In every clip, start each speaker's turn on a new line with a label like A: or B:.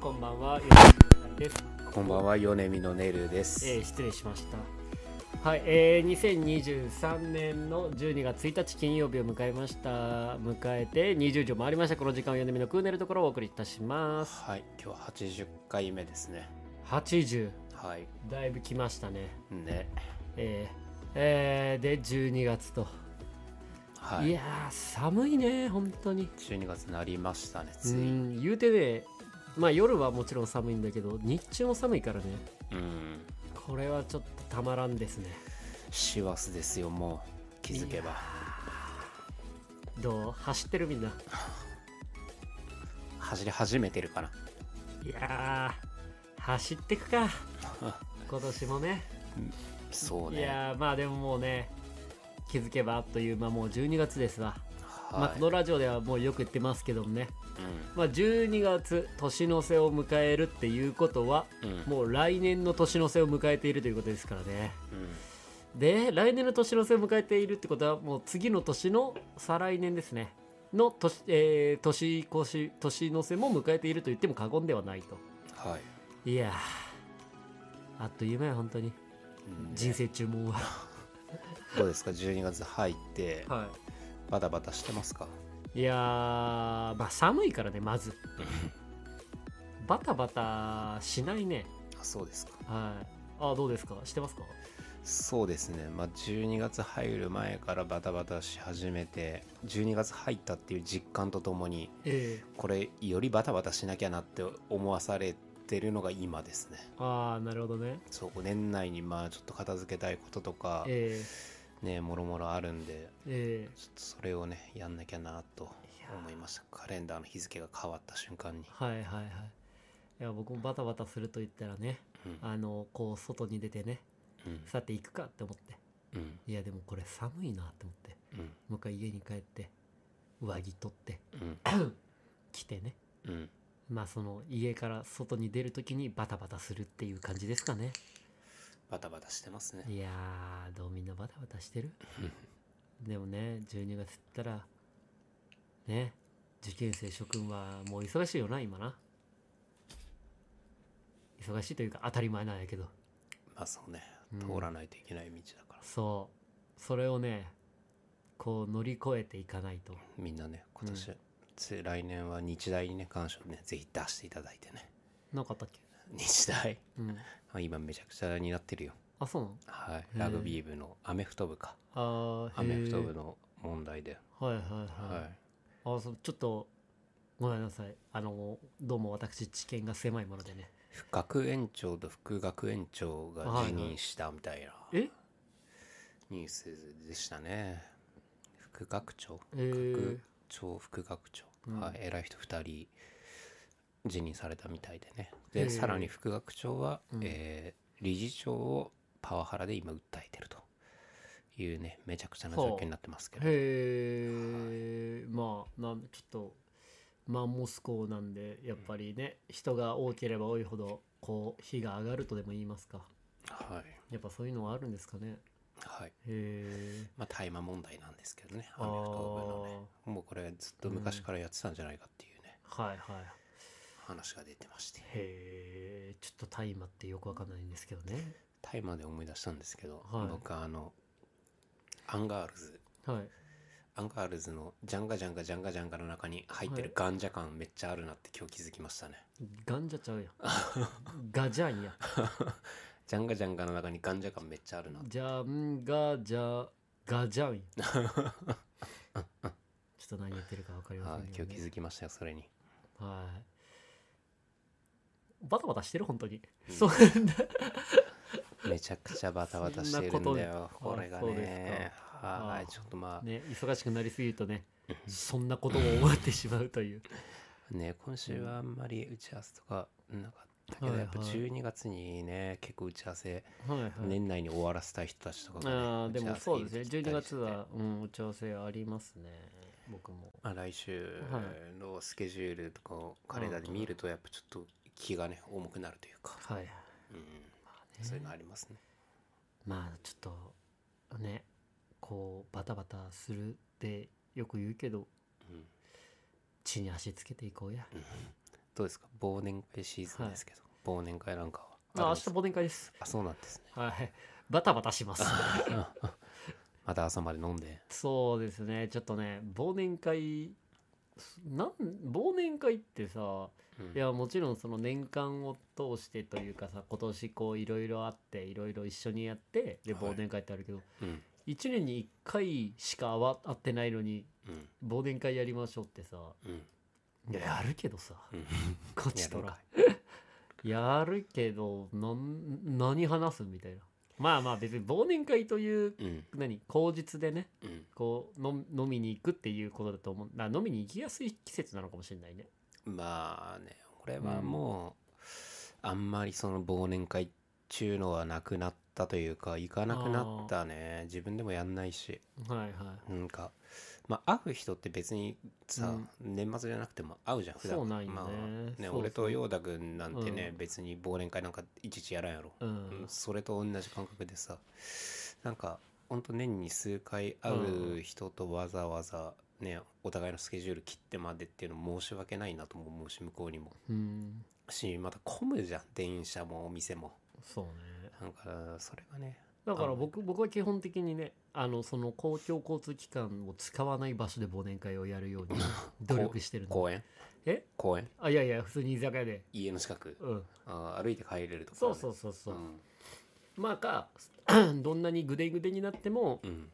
A: んばんは、よろです。
B: こんばんは、米見のねるです。
A: えー失礼しました。はい、えー、2023年の12月1日金曜日を迎えました。迎えて20時を回りました。この時間を読みのクーネルところをお送りいたします。
B: はい、今日八十回目ですね。
A: 80、
B: はい、
A: だいぶ来ましたね。
B: ね、
A: えーえーで、12月と。、
B: はいい、
A: やー、寒いね、本当に。
B: 十二月になりましたね、
A: う
B: つい。うん、
A: ん、言うてね、まあ夜はもちろん寒いんだけど、日中も寒いからね。これはちょっとたまらんですね。
B: 師走ですよ、もう気づけば。
A: どう走ってるみんな。
B: 走り始めてるかな。
A: いやー、走ってく か。今年もね。
B: そう
A: い
B: ね。
A: やー、まあでももうね、気づけばあっという間、もう12月ですわ。まあ
B: は
A: このラジオではもうよく言ってますけどもね。
B: い。
A: まあ12月、年の瀬を迎えるっていうことは、
B: うん、うん、
A: もう来年の年の瀬を迎えているということですからね。
B: うん、
A: で、来年の年の瀬を迎えているってことは、もう次の年の再来年ですね。の年、えー年越し、年の瀬も迎えていると言っても過言ではないと。
B: はい。
A: いやーあっという間よ本当に
B: うん
A: 人生注文は
B: どうですか12月入って
A: は
B: バタバタしてますか
A: いいやーまあ寒いからねまずバタバタしないね
B: あそうですか
A: はいあどうですかしてますか
B: そうですね、まあ、12月入る前からバタバタし始めて12月入ったっていう実感とともに
A: ええ
B: これよりバタバタしなきゃなって思わされてるのが今ですね
A: ああなるほどね
B: そう年内にまあちょっと片付けたいこととか
A: え
B: ねもろもろあるんで
A: ええ
B: ちょっとそれをねやんなきゃなと
A: やー
B: 思いましたカレンダーの日付が変わった瞬間に
A: え、はいはいはいいや僕もバタバタすると言ったらね
B: うん
A: あのこう外に出てね
B: うん
A: さて行くかって思って
B: うん
A: いやでもこれ寒いなって思って
B: うん
A: もう一回家に帰って上着取って
B: うん
A: 着てね
B: うん
A: まあその家から外に出るときにバタバタするっていう感じですかね。
B: バタバタしてますね
A: いやー、どうみんなバタバタ してるでもね、12月ったら、ね、受験生諸君はもう忙しいよな、今な。忙しいというか当たり前なんやけど。
B: まあそうね
A: うん
B: 通らないといけない道だから
A: そう。それをね、こう乗り越えていかないと。
B: みんなね今
A: う
B: 年、つ来年は日大にね感謝をねぜひ出していただいてね
A: なんかあったっけ
B: 日大
A: うん。
B: あ今めちゃくちゃになってるよ
A: あ、そうなの
B: はい
A: ー
B: ラグビー部のアメフト部か
A: あー、
B: アメフト
A: へ
B: 部
A: ー
B: の問題で
A: はいはいはい。
B: はい
A: あそうちょっとごめんなさいあのどうも私知見が狭いものでね
B: 副学園長と副学園長が
A: はい
B: 辞任したみたいな
A: え
B: ニュースでしたね副学長
A: えー
B: 学長副学長、
A: うん
B: はい偉い人2人辞任されたみたいでね
A: へー
B: でさらに副学長は、
A: うん
B: えー理事長をパワハラで今訴えてるというねめちゃくちゃな状況になってますけど
A: へえまあなんちょっとマンモス校なんでやっぱりね人が多ければ多いほどこう火が上がるとでも言いますか
B: はい
A: やっぱそういうのはあるんですかね
B: はい
A: へえ
B: まあ大麻問題なんですけどね
A: あ
B: ア
A: ー
B: メフト部のねもうこれずっと昔からやってたんじゃないかっていうね、
A: はいはい
B: 話が出てまして
A: へえちょっと大麻ってよくわかんないんですけどね
B: 大麻で思い出したんですけど、
A: はい
B: 僕あのアンガールズ
A: はい
B: アンガールズのジャンガジャンガジャンガジャンガの中に入って
A: はい
B: るガンジャ感めっちゃあるなって今日気づきましたね。
A: ガンジャちゃうやん ガジャンや
B: ジャンガジャンガの中にガンジャ感めっちゃあるなって。
A: じゃんがじゃがじゃ んよちょっと何言ってるか分かりま
B: は
A: せんけ
B: い、
A: ど、ね
B: 今日気、づきましたよ、それに。
A: はいバタバタしてる本当に、
B: うん
A: そんな
B: めちゃくちゃバタバタしてるんだよ、
A: そんなこと
B: これが
A: あそうで
B: ね。
A: あ
B: はい、ちょっとま
A: ね忙しくなりすぎるとねそんなことを思ってしまうと いう
B: あね、今週はあんまり打ち合わせとかなかったけど、
A: はい
B: やっぱ
A: はい
B: 12月にね、結構打ち合わせ、
A: はいはい、
B: 年内に終わらせたい人たちとかがね
A: あーでも
B: 打ち合
A: そ
B: わ
A: う
B: せ
A: ですね
B: 入れて
A: 12
B: きたりし
A: 月
B: て
A: は、うん、お調整ありますね僕も
B: まあ、来週のスケジュールとかをカレンダーで見るとやっぱちょっと気がね重くなるというか、
A: はい
B: うん、
A: まあ
B: そうい
A: ね
B: うのありますね。
A: まあちょっとねこうバタバタするってよく言うけど
B: うん
A: 地に足つけていこうや
B: どうですか忘年会シーズンですけど、忘年会なんか
A: あ
B: は
A: 明
B: あ
A: 日忘年会です。
B: あそうなんですね
A: はい。バタバタします。
B: また朝まで飲んで
A: そうですね。ちょっとね、忘年会、なん、忘年会ってさ、
B: うん
A: いや、もちろんその年間を通してというかさ、今年こういろいろあって、いろいろ一緒にやって、で、
B: はい
A: 忘年会ってあるけど、
B: うん
A: 一1年に1回しか会わ会ってないのに、
B: うん
A: 忘年会やりましょうってさ、
B: うん
A: いや、やるけどさ、
B: うん
A: こっちと
B: や
A: ら。やるけど、なん、何話すみたいな。まあまあ別に忘年会という、
B: うん
A: 何、口実でね、
B: うん
A: こう飲飲みに行くっていうことだと思うだから飲みに行きやすい季節なのかもしれないね
B: まあねこれはもう、あんまりその忘年会っちゅうのはなくなったというか行かなくなったね自分でもやんないし
A: はいはい
B: なんかまあ会う人って別にさ、年末じゃなくても会うじゃん普段
A: そうなんよね
B: まあ、
A: そう
B: ね
A: そう
B: 俺と陽太くんなんてね、
A: うん
B: 別に忘年会なんかいちいちやらんやろ、
A: うん、
B: うんそれと同じ感覚でさなんかほんと年に数回会う人とわざわざね、お互いのスケジュール切ってまでっていうの申し訳ないなとも思うし向こうにも
A: うん、
B: しまた混むじゃん電車もお店も
A: そうね
B: なんかそれがね
A: だから僕僕は基本的にねあのその公共交通機関を使わない場所で忘年会をやるように 努力してるの
B: 公園
A: え
B: 公園
A: あいやいや普通に居酒屋で
B: 家の近く
A: うん
B: あー歩いて帰れるとか、
A: そうそうそうそう、
B: ん
A: まあか どんなにグデグデになっても
B: うん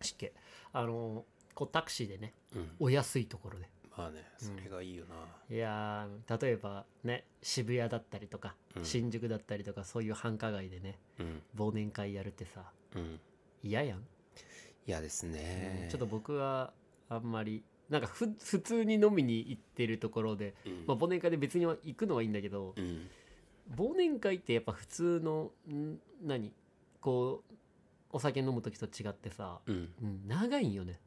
A: しっけあのこうタクシーでね
B: うん
A: お安いところで
B: まあねそれがいいよな、
A: いやー例えばね渋谷だったりとか、
B: うん
A: 新宿だったりとかそういう繁華街でね
B: うん
A: 忘年会やるってさ
B: うん
A: 嫌やん、
B: 嫌ですね、
A: ちょっと僕はあんまりなんかふ普通に飲みに行ってるところで、
B: うん、
A: まあ、忘年会で別に行くのはいいんだけど
B: うん
A: 忘年会ってやっぱ普通のん何こうお酒飲む時と違ってさ、
B: うん
A: うん長いんよね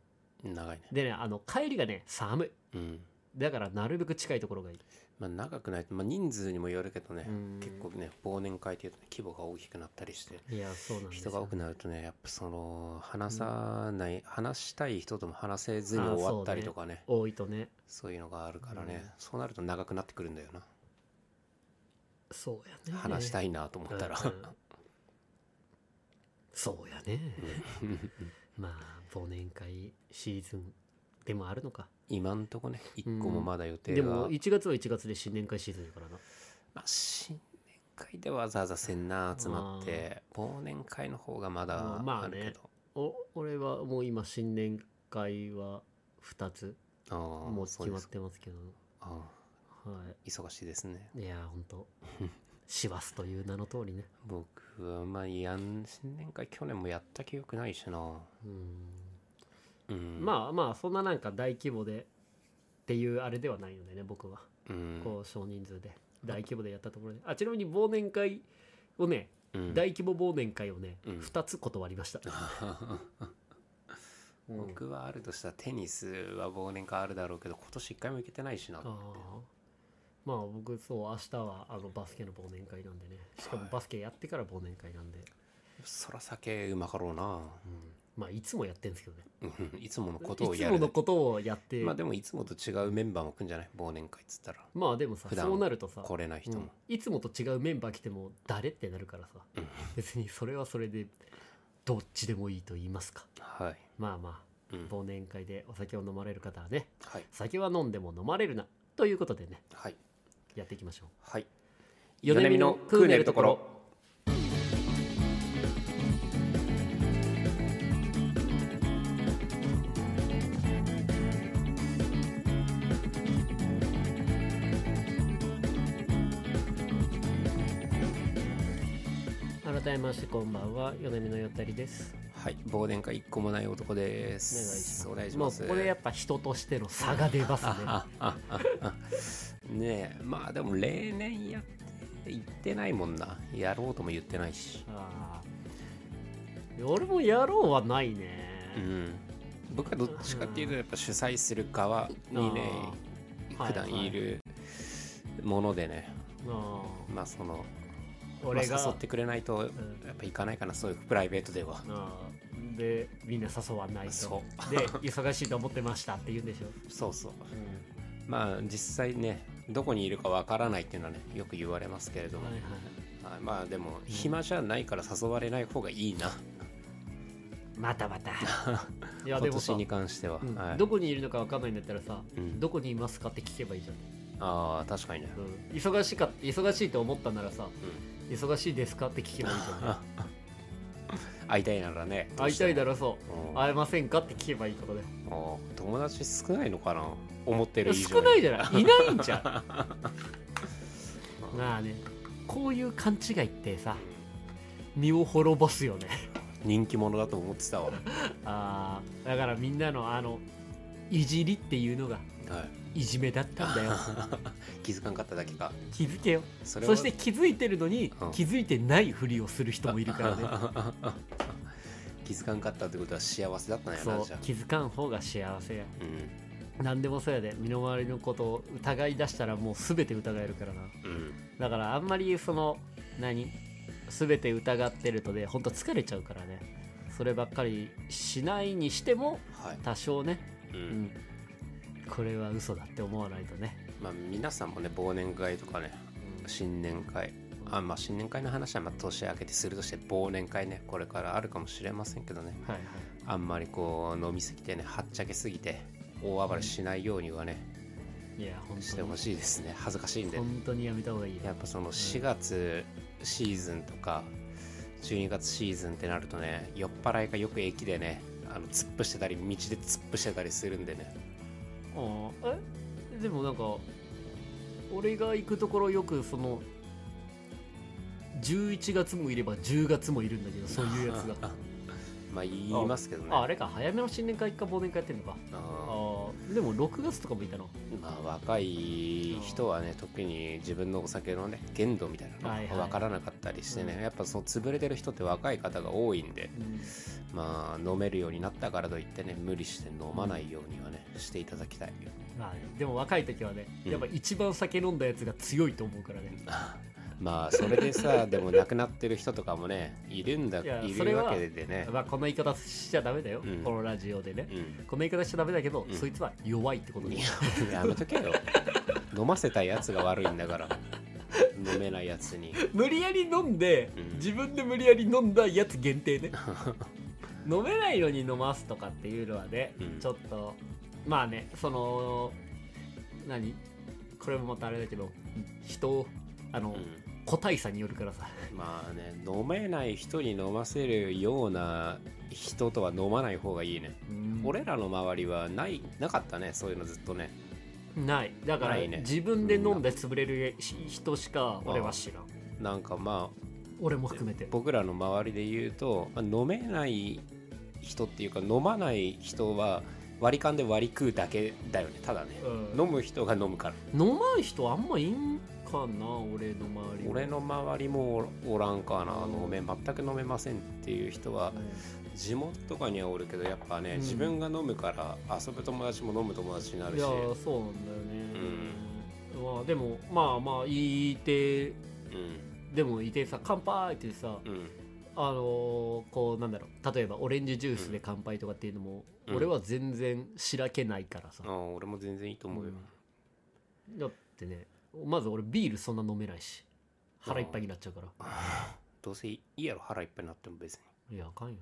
B: 長いね
A: でねあの帰りがね寒い
B: うん
A: だからなるべく近いところがいい、
B: まあ長くないと、まあ、人数にもよるけどね、
A: うん
B: 結構ね忘年会っていうと、ね、規模が大きくなったりして
A: いやそうなんです
B: 人
A: よ
B: が多くなるとねやっぱその話さない、話したい人とも話せずに終わったりとかねそう
A: 多いとね
B: いうのがあるからね、
A: うん
B: そうなると長くなってくるんだよな、
A: そうやね
B: 話したいなと思ったら、
A: うんうんそうやね
B: うん
A: まあ忘年会シーズンでもあるのか
B: 今んとこね一個もまだ予定
A: で
B: が、
A: も1月は1月で新年会シーズンやからな
B: まあ、新年会でわざわざせんな集まって忘年会の方がまだ
A: うんまあ
B: ある
A: ね
B: けど、
A: お俺はもう今新年会は2つ
B: ああ
A: もう
B: そ
A: 決
B: うで
A: まっ
B: す
A: てますけど
B: あ
A: は
B: あ忙しいですね
A: いいやほんと 師走という名の通りね
B: 僕はまあやん新年会去年もやった記憶ないしな
A: うん
B: うん
A: まあまあそんななんか大規模でっていうあれではないよね僕は
B: あうん
A: こう少人数で大規模でやったところであちなみに忘年会をね
B: うん
A: 大規模忘年会をね、
B: う
A: 二
B: ん
A: 2つ断りました、うん
B: 僕はあるとしたらテニスは忘年会あるだろうけど今年一回も行けてないしな
A: あーまあ僕そう明日はあのバスケの忘年会なんでねしかも
B: はい
A: バスケやってから忘年会なんで、
B: そら酒うまかろうな
A: うんまあいつもやってるんですけどね
B: うんいつものことを
A: いつ
B: や
A: も
B: る
A: のことをやって
B: まあでもいつもと違うメンバーも来んじゃない忘年会っつったら
A: まあでもさ
B: 普段
A: そうなるとさ、
B: 来れない人
A: う
B: も
A: ん、いつもと違うメンバー来ても誰ってなるからさ、
B: うん
A: 別にそれはそれでどっちでもいいと言いますか
B: はい、
A: まあまあ
B: うん
A: 忘年会でお酒を飲まれる方はね
B: はい
A: 酒は飲んでも飲まれるなということでね
B: はい
A: やっていきましょう
B: はい
A: 米
B: 米
A: 見
B: 見
A: の
B: の
A: ク
B: ク
A: ー
B: ー
A: ネ
B: ネ
A: ル
B: ル
A: と
B: と
A: ころ
B: ころ
A: 改めましてこんばんは米見のよったりです
B: はい忘年会一個もない男です
A: お願いし
B: お願
A: ま
B: いしますす
A: もうこれやっぱ人としての差が出ますね
B: ああああ ねえまあでも例年やって言ってないもんなやろうとも言ってないし
A: あー俺もやろうはないね、
B: うん僕はどっちかっていうとやっぱ主催する側にね
A: あー
B: 普段いるものでね
A: あ
B: まあその
A: ー俺
B: ま
A: が、
B: あ誘ってくれない
A: ん
B: とやっぱ行かないかなそういうプライベートでは
A: あーでみんな誘わないと
B: そ
A: で忙しいと思ってましたって言うんでしょ、
B: そうそうまあ実際ねどこにいるかわからないっていうのはねよく言われますけれども、
A: はいはい
B: はいまあでも暇じゃないから誘われない方がいいな
A: また またいや
B: 今
A: でも
B: 年
A: さ、
B: に関しては、
A: うん
B: はい、
A: どこにいるのかわかんないんだったらさ、
B: うん
A: どこにいますかって聞けばいいじゃん、
B: ああ確かにね、
A: うん忙しかっ忙しいと思ったならさ
B: う
A: 忙しいですかって聞けばいいじゃん、ね、
B: ん、 会いたいならね
A: 会いたいだ
B: ろ
A: らそう会えませんかって聞けばいいことだよ
B: 友達少ないのかな思ってる以上に
A: 少ないじゃ ないいないんじゃんまあねこういう勘違いってさ身を滅ぼすよ ね
B: 人気者だと思ってた わ、は
A: あーだからみんなのあのいじりっていうのがいじめだったんだよ
B: い、気づかんかっただけか
A: 気づけよ
B: そ
A: そ
B: れは
A: して気づいてるのに、
B: うん
A: 気づいてないふりをする人もいるから ね
B: 気づかんかったってことは幸せだったんや
A: そ
B: な
A: う
B: じゃあ
A: 気づかん方が幸せや
B: う
A: 何でもそうやで身の回りのことを疑い出したらもう全て疑えるからなん
B: うん
A: だからあんまりその何全て疑ってるとねほんと疲れちゃうからねそればっかりしないにしても
B: はい、
A: 多少ね、
B: う
A: うんん、これは嘘だって思わないとね、
B: まあ皆さんもね忘年会とかね新年会あまあ新年会の話はまあ年明けてするとして忘年会ねこれからあるかもしれませんけどね
A: はいはい
B: あんまりこう飲みすぎてねはっちゃけすぎて大暴れしないようにはね
A: いや本
B: して
A: 当
B: ほ
A: に
B: しいですね恥ずかしいんで
A: 本当にやめた方がいいよ
B: やっぱその4月シーズンとか12月シーズンってなるとね酔っ払いがよく駅でねあの突っ伏してたり道で突っ伏してたりするんでね
A: ああえでもなんか俺が行くところよくその11月もいれば10月もいるんだけどそういうやつ が
B: まあ言いますけどね
A: ああれか早めの新年会か忘年会やってんのかあ
B: あ
A: ーでも6月とかもいたの
B: ーまあ若い人はね特に自分のお酒のね限度みたいな
A: はい
B: の
A: はい
B: が分からなかったりしてね、
A: うん
B: やっぱその潰れてる人って若い方が多いんでまあ飲めるようになったからといってね無理して飲まないようにはねしていただきた い
A: まあね、でも若い時はね、
B: うん
A: やっぱ一番酒飲んだやつが強いと思うからね
B: まあそれでさでも亡くなってる人とかもねいるんだい
A: いやそれ
B: る
A: は
B: わけでね
A: まあこの言い方しちゃダメだよ、
B: うん
A: このラジオでね
B: う、ん
A: この言い方しちゃダメだけど、
B: うん
A: そいつは弱いってことで
B: いややめとけよ飲ませたやつが悪いんだから飲めないやつに
A: 無理やり飲んで、
B: うん
A: 自分で無理やり飲んだやつ限 定ね飲めないのに飲ますとかっていうのはね、
B: うん
A: ちょっとまあねその何これもまたあれだけど人をあの、
B: う
A: 個体差によるからさ
B: んまあね飲めない人に飲ませるような人とは飲まない方がいいね俺らの周りはないなかったねそういうのずっとね
A: ないだから、
B: ないね
A: 自分で飲んで潰れる人しか俺は知らん
B: なんかまあ
A: 俺も含めて
B: 僕らの周りで言うと、まあ飲めない人っていうか飲まない人は割り勘で割り食うだけだよねただね、
A: うん
B: 飲む人が飲むから
A: 飲まん人あんまいんかな俺の周りは
B: 俺の周りもおらんかな
A: うん
B: 飲め全く飲めませんっていう人は地元とかにはおるけどやっぱね、
A: うん
B: 自分が飲むから遊ぶ友達も飲む友達にな
A: うん
B: る
A: い
B: し
A: やそうなんだよね、まあでもまあまあいて
B: うん
A: でもいてさ乾杯ってさ
B: うん
A: あのーこうなんだろう例えばオレンジジュースで乾杯とかっていうのも、
B: うん
A: 俺は全然しらけないからさ
B: あ、あ俺も全然いいと思うよ、
A: だってねまず俺ビールそんな飲めないし腹いっぱいになっちゃうから
B: どうせいいやろ腹いっぱいになっても別に
A: いやあかんよ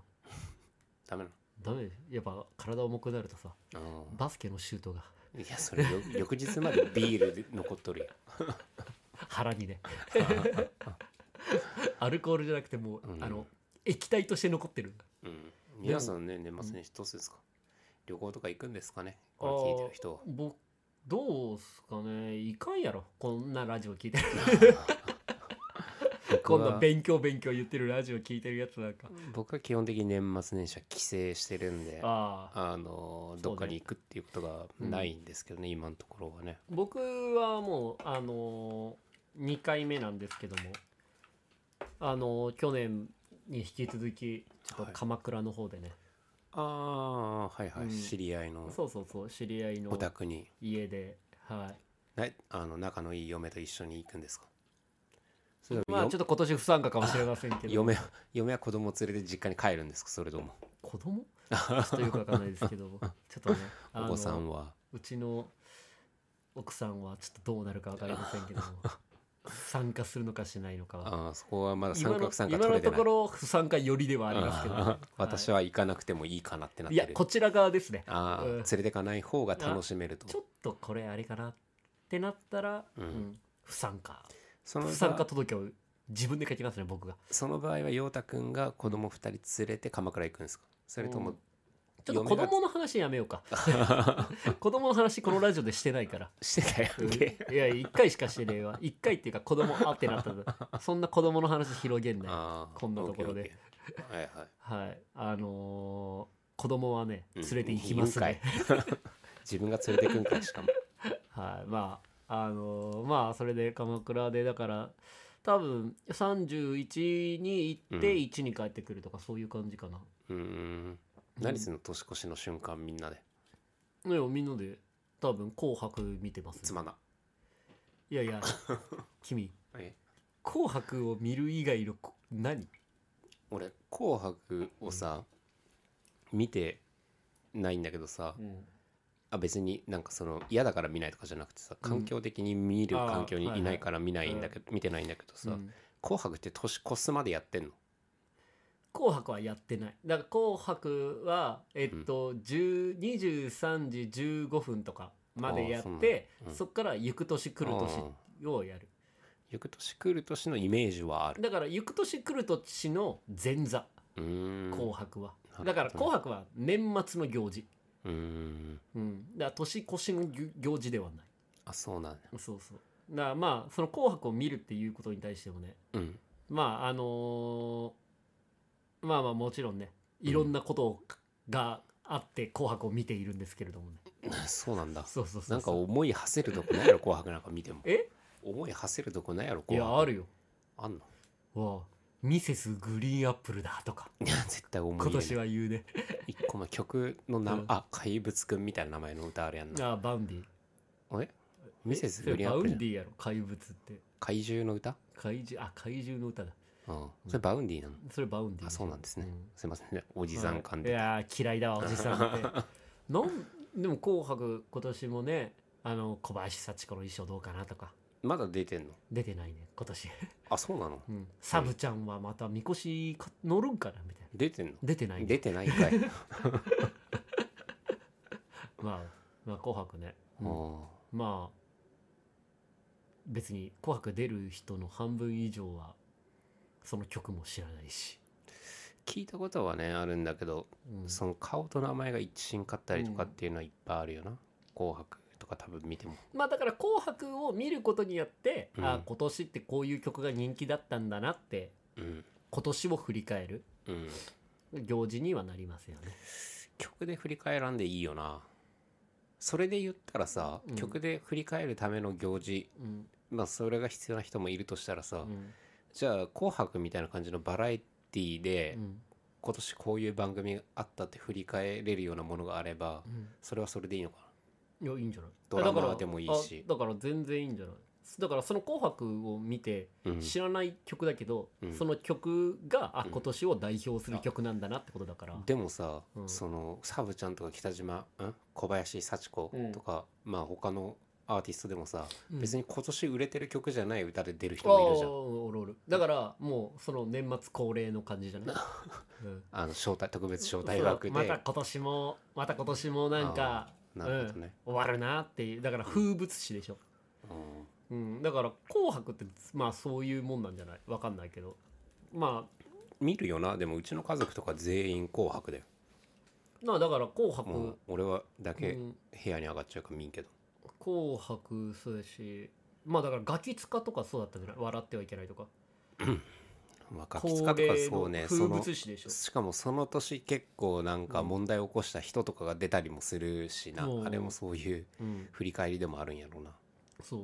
B: ダメな
A: ダメやっぱ体重くなるとさ
B: の
A: バスケのシュートが
B: うんいやそれよ翌日までビールで残っとるよ
A: 腹に ねアルコールじゃなくてもう、
B: うん
A: あの液体として残ってる
B: うん、皆さんね年末年始どうするんですか、旅行とか行くんですかねこれ聞いてる人 は
A: 僕どうすかねいかんやろこんなラジオ聞いてる
B: 僕
A: こんな
B: は
A: 勉強勉強言ってるラジオ聞いてるやつなんか
B: 僕は基本的に年末年始は帰省してるんであ
A: ああ
B: の
A: ね
B: どっかに行くっていうことがないんですけどね、今のところはね
A: 僕はもうあの2回目なんですけどもあの去年に引き続きちょっ
B: は
A: と
B: い
A: 鎌倉の方でね、
B: ああはいはい、
A: うん
B: 知り合いの
A: そうそうそう知り合いの
B: お宅に
A: 家ではい
B: なあの仲のいい嫁と一緒に行くんですかそれとも
A: まあ
B: よ
A: ちょっと今年不参加かもしれませんけど
B: 嫁は嫁は子供を連れて実家に帰るんですかそれとも
A: 子供 ちょっとよくわかんないですけどちょっとね
B: お子さん
A: は
B: は
A: うちの奥さんはちょっとどうなるか分かりませんけ ども参加するのかしないのかは
B: ああそこはまだ
A: 今
B: 三
A: の
B: 角参加
A: 今
B: 取
A: の
B: れて
A: と
B: ない
A: ころ不参加寄りではありますけどね、
B: ああ私
A: は
B: は行かなくてもいいかなってなっ
A: い、
B: て
A: いや
B: る
A: こちら側ですね
B: ああ
A: うん
B: 連れてかない方が楽しめると
A: ちょっとこれあれかなってなったら、
B: うん
A: うん不参加
B: その
A: 不参加届を自分で書きますね僕が
B: その場合は陽太くんが子供二人連れて鎌倉行くんですかそれと
A: う
B: も
A: んちょっと子供の話やめよ うか子供の話このラジオでしてないから
B: してたよ
A: うん
B: ね
A: いや1回しかしてねえわ1回っていうか子供あってなったんだそんな子供の話広げんない
B: ああ
A: こんなところで
B: オッケーオッケーはいはい
A: はいあのー子供はね
B: うん
A: 連れて行きますね、
B: 言う んかい自分が連れてくんかいしかも
A: はいまああのーまあそれで鎌倉でだから多分31に行って
B: うん
A: 1に帰ってくるとかそういう感じかな、
B: うーん何するの年越しの瞬間みんなで
A: いやみんなで多分「紅白」見てます、
B: つまない
A: やいや 君
B: え
A: 「紅白」を見る以外のこ何
B: 俺「紅白」をさ、見てないんだけどさ、
A: うん
B: あ別になんかその嫌だから見ないとかじゃなくてさ環境的に見る
A: あー
B: 環境に
A: はい
B: い
A: は
B: ないいから見ないんだけど、見てないんだけどさ「
A: うん
B: 紅白」って年越すまでやってんの
A: 紅白はやってないだから紅白はえっと、10 23時15分とかまでや
B: ああそうな
A: っ
B: んだ
A: てそ,、
B: うん
A: っから行く年来る
B: うん
A: 年をやる
B: 行く年来る年のイメージはある
A: だから行く年来る年の前座
B: うーん
A: 紅白は、
B: うん
A: だから
B: なるほど
A: 紅
B: ね
A: 白は年末の行事
B: うーん
A: うんだから年越しの行行事ではない
B: あそうなんだ
A: そうそうだからまあその「紅白」を見るっていうことに対してもね
B: うん
A: まああのーまあまあもちろんねいろんなことをがあって「紅白」を見ているんですけれどもね
B: そうなんだ
A: そうそうそう
B: なんか
A: そう
B: 思い馳せるとこないやろ紅白なんか見ても
A: え
B: 思い馳せるとこないやろ
A: い
B: 紅
A: や
B: 白
A: あるよ
B: あんの
A: わあミセスグリーンアップルだとか
B: いや絶対思い
A: 今
B: 入れ
A: 年は言うね
B: 一個前曲の名、
A: うん
B: あ怪物くんみたいな名前の歌あるやんな
A: ああバウンディ
B: えミセス
A: それ
B: グリーンア
A: バ
B: ッ
A: ウ
B: プル
A: ン
B: じ
A: デ
B: ゃ
A: ィや
B: ん
A: ろ怪物って
B: 怪獣の歌
A: 怪獣あ怪獣の歌だ
B: うんそれバウンディなの
A: それバウンディ
B: あそうなんですね、
A: う
B: すいませんねおじさん感
A: い
B: で
A: やー嫌いだわおじさん ってなんでも「紅白」今年もねあの小林幸子の衣装どうかなとか
B: まだ出てんの
A: 出てないね今年、
B: あそうなの
A: うん、サブちゃんはまたみこしか乗るんかなみたいな
B: 出てんの
A: 出てないね
B: 出てない んかい
A: まあ、まあ「紅白ね」
B: うん
A: まあ別に「紅白」出る人の半分以上はその曲も知らないし、
B: 聞いたことはねあるんだけど
A: うん
B: その顔と名前が一致しんかったりとかっていうのはいっぱいあるよな「紅白」とか多分見ても
A: まあだから「紅白」を見ることによって、
B: うん
A: あ今年ってこういう曲が人気だったんだなって
B: うん
A: 今年を振り返る
B: うん
A: 行事にはなりますよね。
B: 曲で振り返らんでいいよなそれで言ったらさ、
A: うん
B: 曲で振り返るための行事
A: うん
B: まあそれが必要な人もいるとしたらさ、
A: うん
B: じゃあ「紅白」みたいな感じのバラエティで、
A: うん
B: 今年こういう番組があったって振り返れるようなものがあれば、
A: うん
B: それはそれでいいのかない
A: やいいんじゃない
B: ドラマ
A: だから
B: でもいいし
A: あだから全然いいんじゃないだからその「紅白」を見て
B: うん
A: 知らない曲だけど、
B: うん
A: その曲があ
B: うん
A: 今年を代表する曲なんだなってことだから、
B: でもさ、
A: うん
B: そのサブちゃんとか北島ん小林幸子
A: うん
B: とか、まあ他のアーティストでもさ、
A: うん
B: 別に今年売れてる曲じゃない歌で出る人
A: ああ
B: もいるじゃん
A: おるおるだからもうその年末恒例の感じじゃ ない、うん、
B: あの招待特別招待枠で
A: そうまた今年もまた今年もなんか
B: あーなるほどね、
A: 終わるなっていうだから風物詩でしょ、
B: うん
A: うん、だから「紅白」ってまあそういうもんなんじゃないわかんないけどまあ
B: 見るよなでもうちの家族とか全員「紅白」だよ
A: まあだから「紅白」
B: もう俺はだけ
A: う
B: 部
A: ん
B: 屋に上がっちゃうから見んけど、
A: 紅白そうやしまあだからガキ使とかそうだったんじゃない笑ってはいけないとか
B: まあガキ使とかそうね
A: 恒例
B: そ
A: の風
B: の
A: 物詩でしょ
B: しかもその年結構なんか問題起こした人とかが出たりもするしな、
A: うん
B: あれもそういう
A: うん
B: 振り返りでもあるんやろうな、
A: そう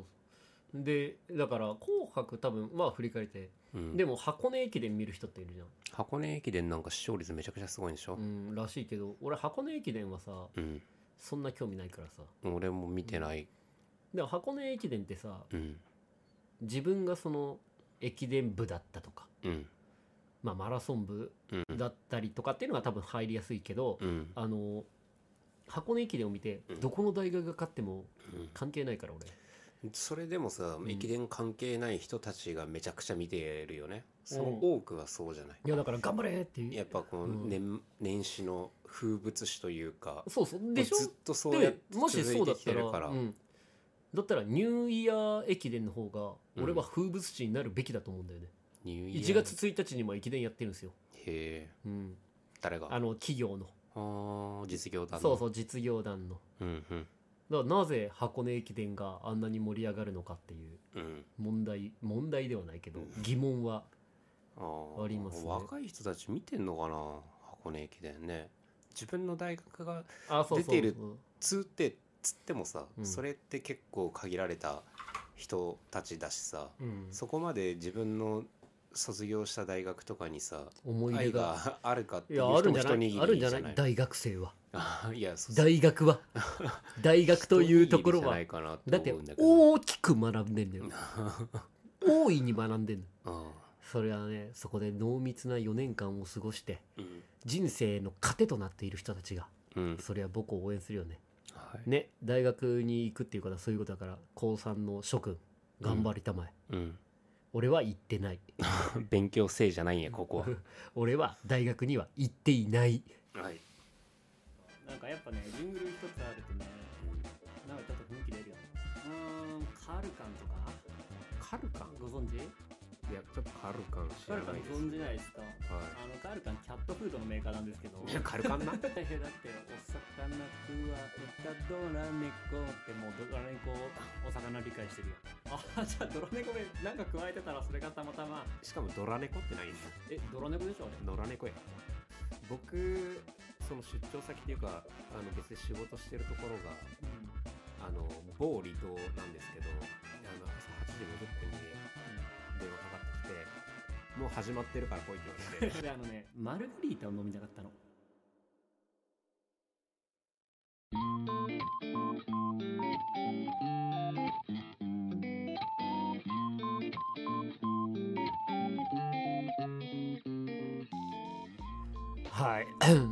A: でだから「紅白」多分まあ振り返って
B: うん、
A: でも箱根駅伝見る人っているじゃん、
B: 箱根駅伝なんか視聴率めちゃくちゃすごいんでしょ
A: う、ん、らしいけど俺箱根駅伝はさ
B: うん
A: そんな興味ないからさ
B: 俺も見てない、
A: でも箱根駅伝ってさ
B: うん
A: 自分がその駅伝部だったとか、
B: うん
A: まあ、マラソン部
B: うん
A: だったりとかっていうのが多分入りやすいけど、
B: うん
A: あの箱根駅伝を見て、
B: うん
A: どこの大学が勝っても
B: うん
A: 関係ないから俺
B: それでもさ、
A: ん
B: 駅伝関係ない人たちがめちゃくちゃ見てるよね。その
A: うん
B: 多くはそうじゃない。
A: いやだから頑張れっていう
B: やっぱこの
A: うん
B: 年,、年始の風物詩というか、
A: そうそうでしょ
B: ずっとそうやっ
A: で
B: て
A: も
B: 続
A: しそうだ
B: い
A: っ
B: てき
A: た
B: て
A: ら、
B: るから。
A: うんだったらニューイヤー駅伝の方
B: うん
A: が俺は風物詩になるべきだと思うんだよね、
B: ニューイヤー
A: 1月。1日にも駅伝やってるんですよ、
B: へえ。
A: うん、
B: 誰が
A: あの企業の
B: あー実業団
A: そう
B: う。
A: そう実業団の
B: うんうん。
A: だからなぜ箱根駅伝があんなに盛り上がるのかっていう
B: うん、
A: 問題問題ではないけど
B: うん
A: 疑問は
B: あー
A: ありますね
B: 若い人たち見てんのかな箱根駅伝ね。自分の大学が
A: あそうそうそう
B: 出てる通ってつってもさ、
A: うん
B: それって結構限られた人たちだしさ、
A: うん、
B: そこまで自分の卒業した大学とかにさ
A: 思い出
B: 愛
A: が
B: があるかって
A: い
B: いう人
A: やあるん
B: も
A: じゃ
B: 一握
A: な
B: り
A: い
B: じ
A: あ
B: ゃ
A: るんじゃな
B: ないい
A: 大学生は
B: いやそう
A: 大学 は大学というところは
B: 一握りじゃないかな
A: だっ
B: と
A: て
B: 思うんだけど
A: 大きく学んでんだよ 大いに学んでんのそれはねそこで濃密な4年間を過ごして
B: うん
A: 人生の糧となっている人たちが
B: うん
A: それは僕を応援するよね
B: はい
A: ね大学に行くっていうことはそういうことだから高3の諸君頑張りたまえ、
B: うん
A: 俺は行ってない
B: 勉強せいじゃないんやここ
A: 俺は大学には行っていない
B: ははい
A: なんかやっぱねジングル一つあるとねなんかちょっと雰囲気出るよねうーんカルカンとか
B: カルカン
A: ご存知
B: いやちょっとカルカン知
A: カ
B: ら
A: ルカ
B: な
A: ン
B: いです
A: 存じないですか
B: は
A: あのカルカンキャットフードのメーカーなんですけ ど
B: いいやカルカンな
A: だってお魚くわえたドラ猫ってもうドラ猫お魚理解してるよあじゃあドラ猫でなんか加えてたらそれがたまたま
B: しかもドラ猫ってないんだ
A: えドラ猫でしょあれ
B: 野良猫や僕その出張先っていうかあの別に仕事してるとこ
A: う
B: ろが
A: ん
B: あの某離島なんですけどあの朝8時50分に電話かかってきてもう始まってるから来いって言われて
A: であのねマルガリータを飲みたかったのはい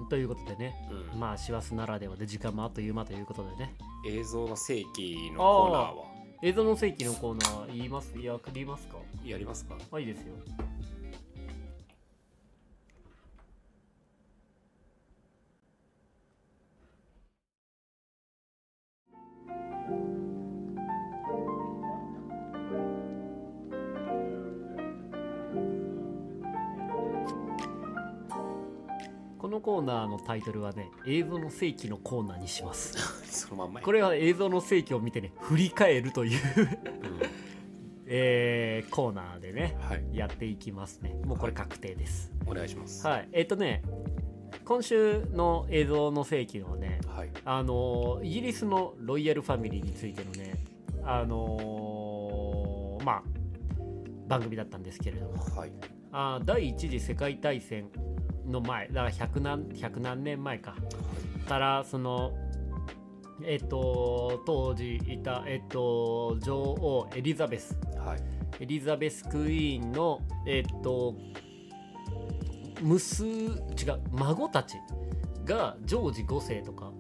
A: という ことでね
B: うん
A: まあ師走ならではで時間もあっという間ということでね
B: 映像の世紀のコーナーは
A: 映像の世紀のコーナー言いますいやりますか
B: やり ますか
A: あいいですよこのコーナーのタイトルはね映像の世紀のコーナーにします
B: そのまんまや
A: これは映像の世紀を見てね振り返るという
B: うん
A: えーコーナーでね
B: はい
A: やっていきますねもうこれ確定です
B: お願いします
A: はいえっ、とね今週の映像の世紀のね
B: はい
A: あのーイギリスのロイヤルファミリーについてのねあのーまあ番組だったんですけれども
B: はい
A: あー第一次世界大戦の前だから100何 ,100 何年前かからそのえっ、と当時いたえっ、と女王エリザベス
B: はいはい
A: エリザベス・クイーンのえっと娘違う孫たちがジョージ5世とか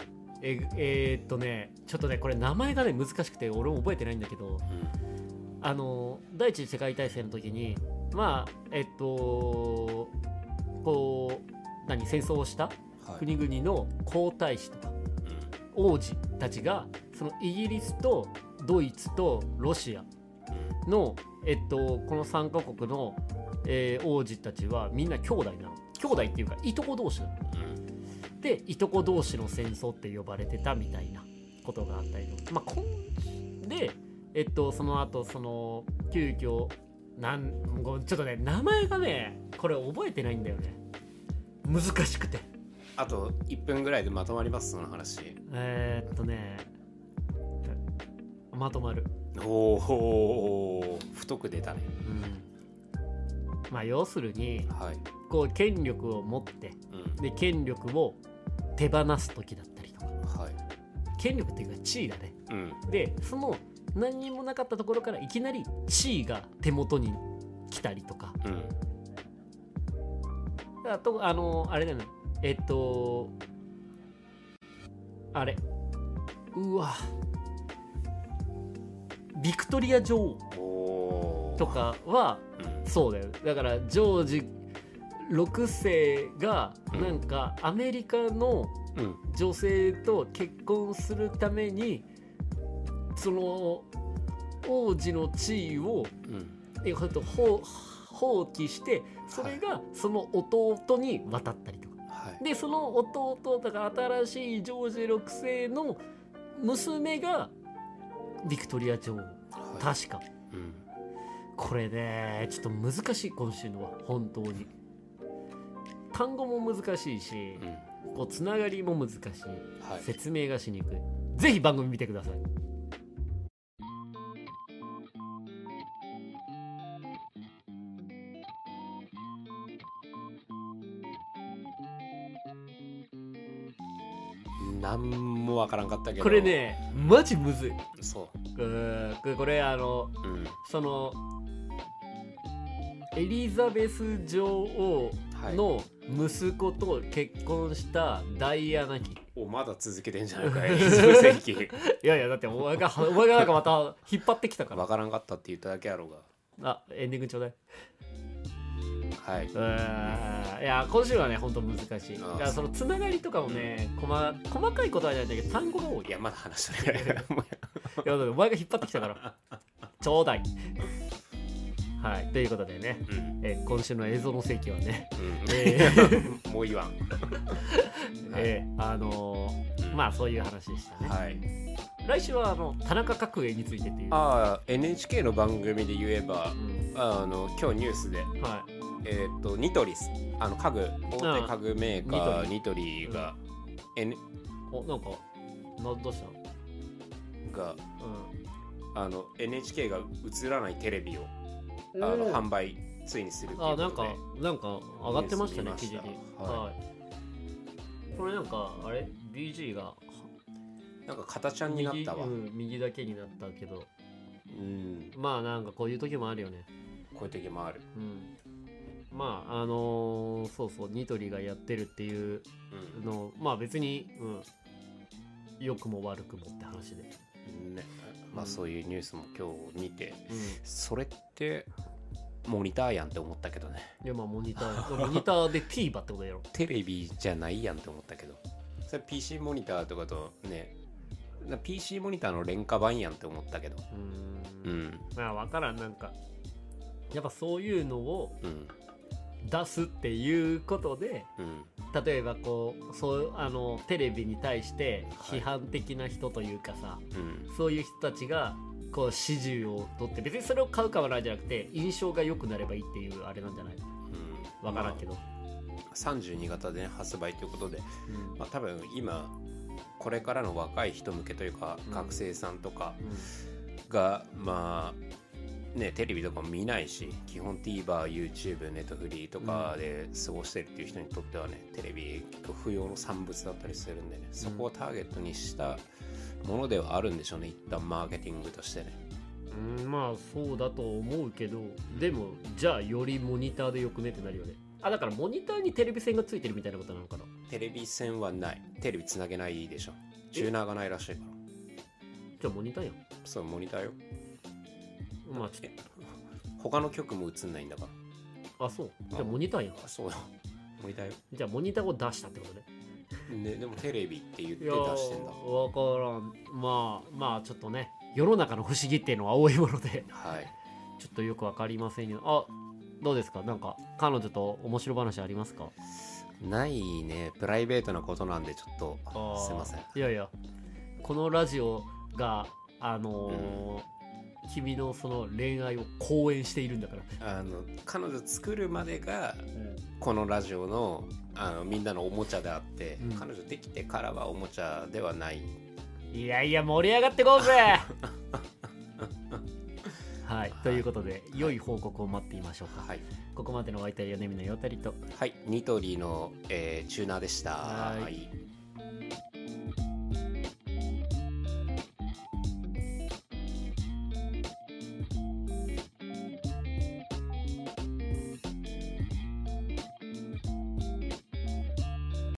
A: ええーっとねちょっとねこれ名前がね難しくて俺も覚えてないんだけどあの第一次世界大戦の時にまあえっとこう何戦争をした
B: うんはい
A: 国々の皇太子とか
B: う
A: 王子たちがそのイギリスとドイツとロシア
B: んうん
A: の、えっと、この3カ国の、えー王子たちはみんな兄弟なの兄弟っていうかいとこ同士なの
B: うん
A: でいとこ同士の戦争って呼ばれてたみたいなことがあったりとか、まあ、こんで、えっと、その後その急遽なんごめんちょっとね名前がねこれ覚えてないんだよね難しくて
B: あと1分ぐらいでまとまりますその話
A: えーっとねまとまる
B: おお太く出たね
A: うんまあ要するに
B: はい
A: こう権力を持って
B: うん
A: で権力を手放す時だったりとか
B: はい
A: 権力っていうか地位だね
B: うん
A: でその何にもなかったところからいきなり地位が手元に来たりとか
B: うん
A: あとあのあれだよねえっとあれうわビクトリア女王
B: おー
A: と、かは
B: うん
A: そうだよだからジョージ6世が
B: うん
A: なんかアメリカの
B: うん、
A: 女性と結婚するためにその王子の地位を
B: うん、
A: えほんと放放棄してそれがその弟に渡ったりとか。
B: はい
A: でその弟だから新しいジョージ6世の娘がビクトリア女王
B: はい
A: 確か
B: うん
A: これねちょっと難しい今週のは本当に単語も難しいし
B: うん
A: こうつながりも難しい
B: はい
A: 説明がしにくいぜひ番組見てください
B: なんもわからんかったけど
A: これねマジむずいう
B: そう
A: ーんこれこれあの
B: う、うん、
A: そのエリザベス女王
B: はい
A: の息子と結婚したダイアナ 妃、
B: おまだ続けてんじゃない かい20世紀
A: い、やいやだってお前が お前がなんかまた引っ張ってきたから
B: わからんかったって言っただけやろう
A: あエンディングちょうだい
B: がはいう
A: ーんいや今週はね本当難しい
B: あー
A: だからそのつながりとかもね、こま細かいことはないんだけど単語が多い
B: いやまだ話しとれない もうや
A: いやだってお前が引っ張ってきたからちょうだいはいということでね、
B: うん
A: えー今週の映像の世紀はね、え
B: うん もう言わん
A: えーあのーまあそういう話でしたね、
B: はい
A: 来週はあの田中角栄についてっていう
B: ああ NHK の番組で言えば
A: うん
B: あの今日ニュースで
A: はい
B: えーっとニトリスあの家具大手家具メーカーニトリが N
A: おなんかなどうした
B: が
A: う
B: あの NHK が映らないテレビをあ
A: ん
B: の販売ついにするってい
A: あ
B: う
A: な
B: こ
A: ん
B: と
A: か
B: で
A: なんか上がってましたね
B: ニュース
A: 記事
B: 見ました
A: に
B: は
A: はいこれなんかあれ BG が
B: なんか形ちゃんになったわ
A: 右うん右だけになったけど
B: うん
A: まあなんかこういう時もあるよね
B: こういう時もある
A: うんまああのーそうそうニトリがやってるっていう
B: うん
A: のをまあ別にうん良くも悪くもって話で、
B: ね、まあそういうニュースも今日見て
A: うん、
B: それってモニターやんって思ったけどね
A: いやまあモニターモニターで TVer ってことやろ
B: テレビじゃないやんって思ったけどそれ PC モニターとかとねな PC モニターの廉価版やんって思ったけど
A: うーん
B: うん
A: まあ分からんなんかやっぱそういうのを
B: うん
A: 出すっていうことで
B: うん
A: 例えばこうそうあのテレビに対して
B: はい
A: 批判的な人というかさ、
B: うん
A: そういう人たちがこう支持を取って別にそれを買う買わないじゃなくて印象が良くなればいいっていうあれなんじゃない
B: うん
A: 分からんけど、
B: まあ32型で発売ということで、
A: うん
B: まあ、多分今これからの若い人向けというか
A: うん
B: 学生さんとか
A: うん
B: が、まあねテレビとかも見ないし基本 TVerYouTube ネットフリーとかで過ごしてるっていう人にとってはねテレビ結構不要の産物だったりするんでねそこをターゲットにしたものではあるんでしょうね一旦マーケティングとしてね
A: うんまあそうだと思うけどでもじゃあよりモニターでよくねってなるよねあだからモニターにテレビ線がついてるみたいなことなのかな
B: テレビ線はないテレビつなげないでしょチューナーがないらしいから
A: じゃあモニターやん
B: そうモニターよ
A: まあちょっ
B: え他の局も映んないんだから
A: とあそうじゃあモニターやん
B: あそうだ モニターよ、
A: じゃあモニターを出したってことね
B: ね、でもテレビって言って
A: い
B: 出
A: やー
B: してんだ
A: わからんまあまあちょっとね世の中の不思議っていうのは多いもので
B: はい
A: ちょっとよくわかりませんけどあどうですかなんか彼女と面白話ありますか
B: ないねプライベートなことなんでちょっと
A: あー
B: すいません
A: いやいやこのラジオがあのー君のその恋愛を講演しているんだから、
B: あの彼女作るまでがこのラジオのあのみんなのおもちゃであって、
A: うん
B: 彼女できてからはおもちゃではない
A: いやいや盛り上がってこう ぜはいということで良い報告を待っていましょうか、
B: はい、
A: ここまでのお相手は米見のよたりと
B: はい、ニトリの、えーチューナーでした
A: はーい
B: はい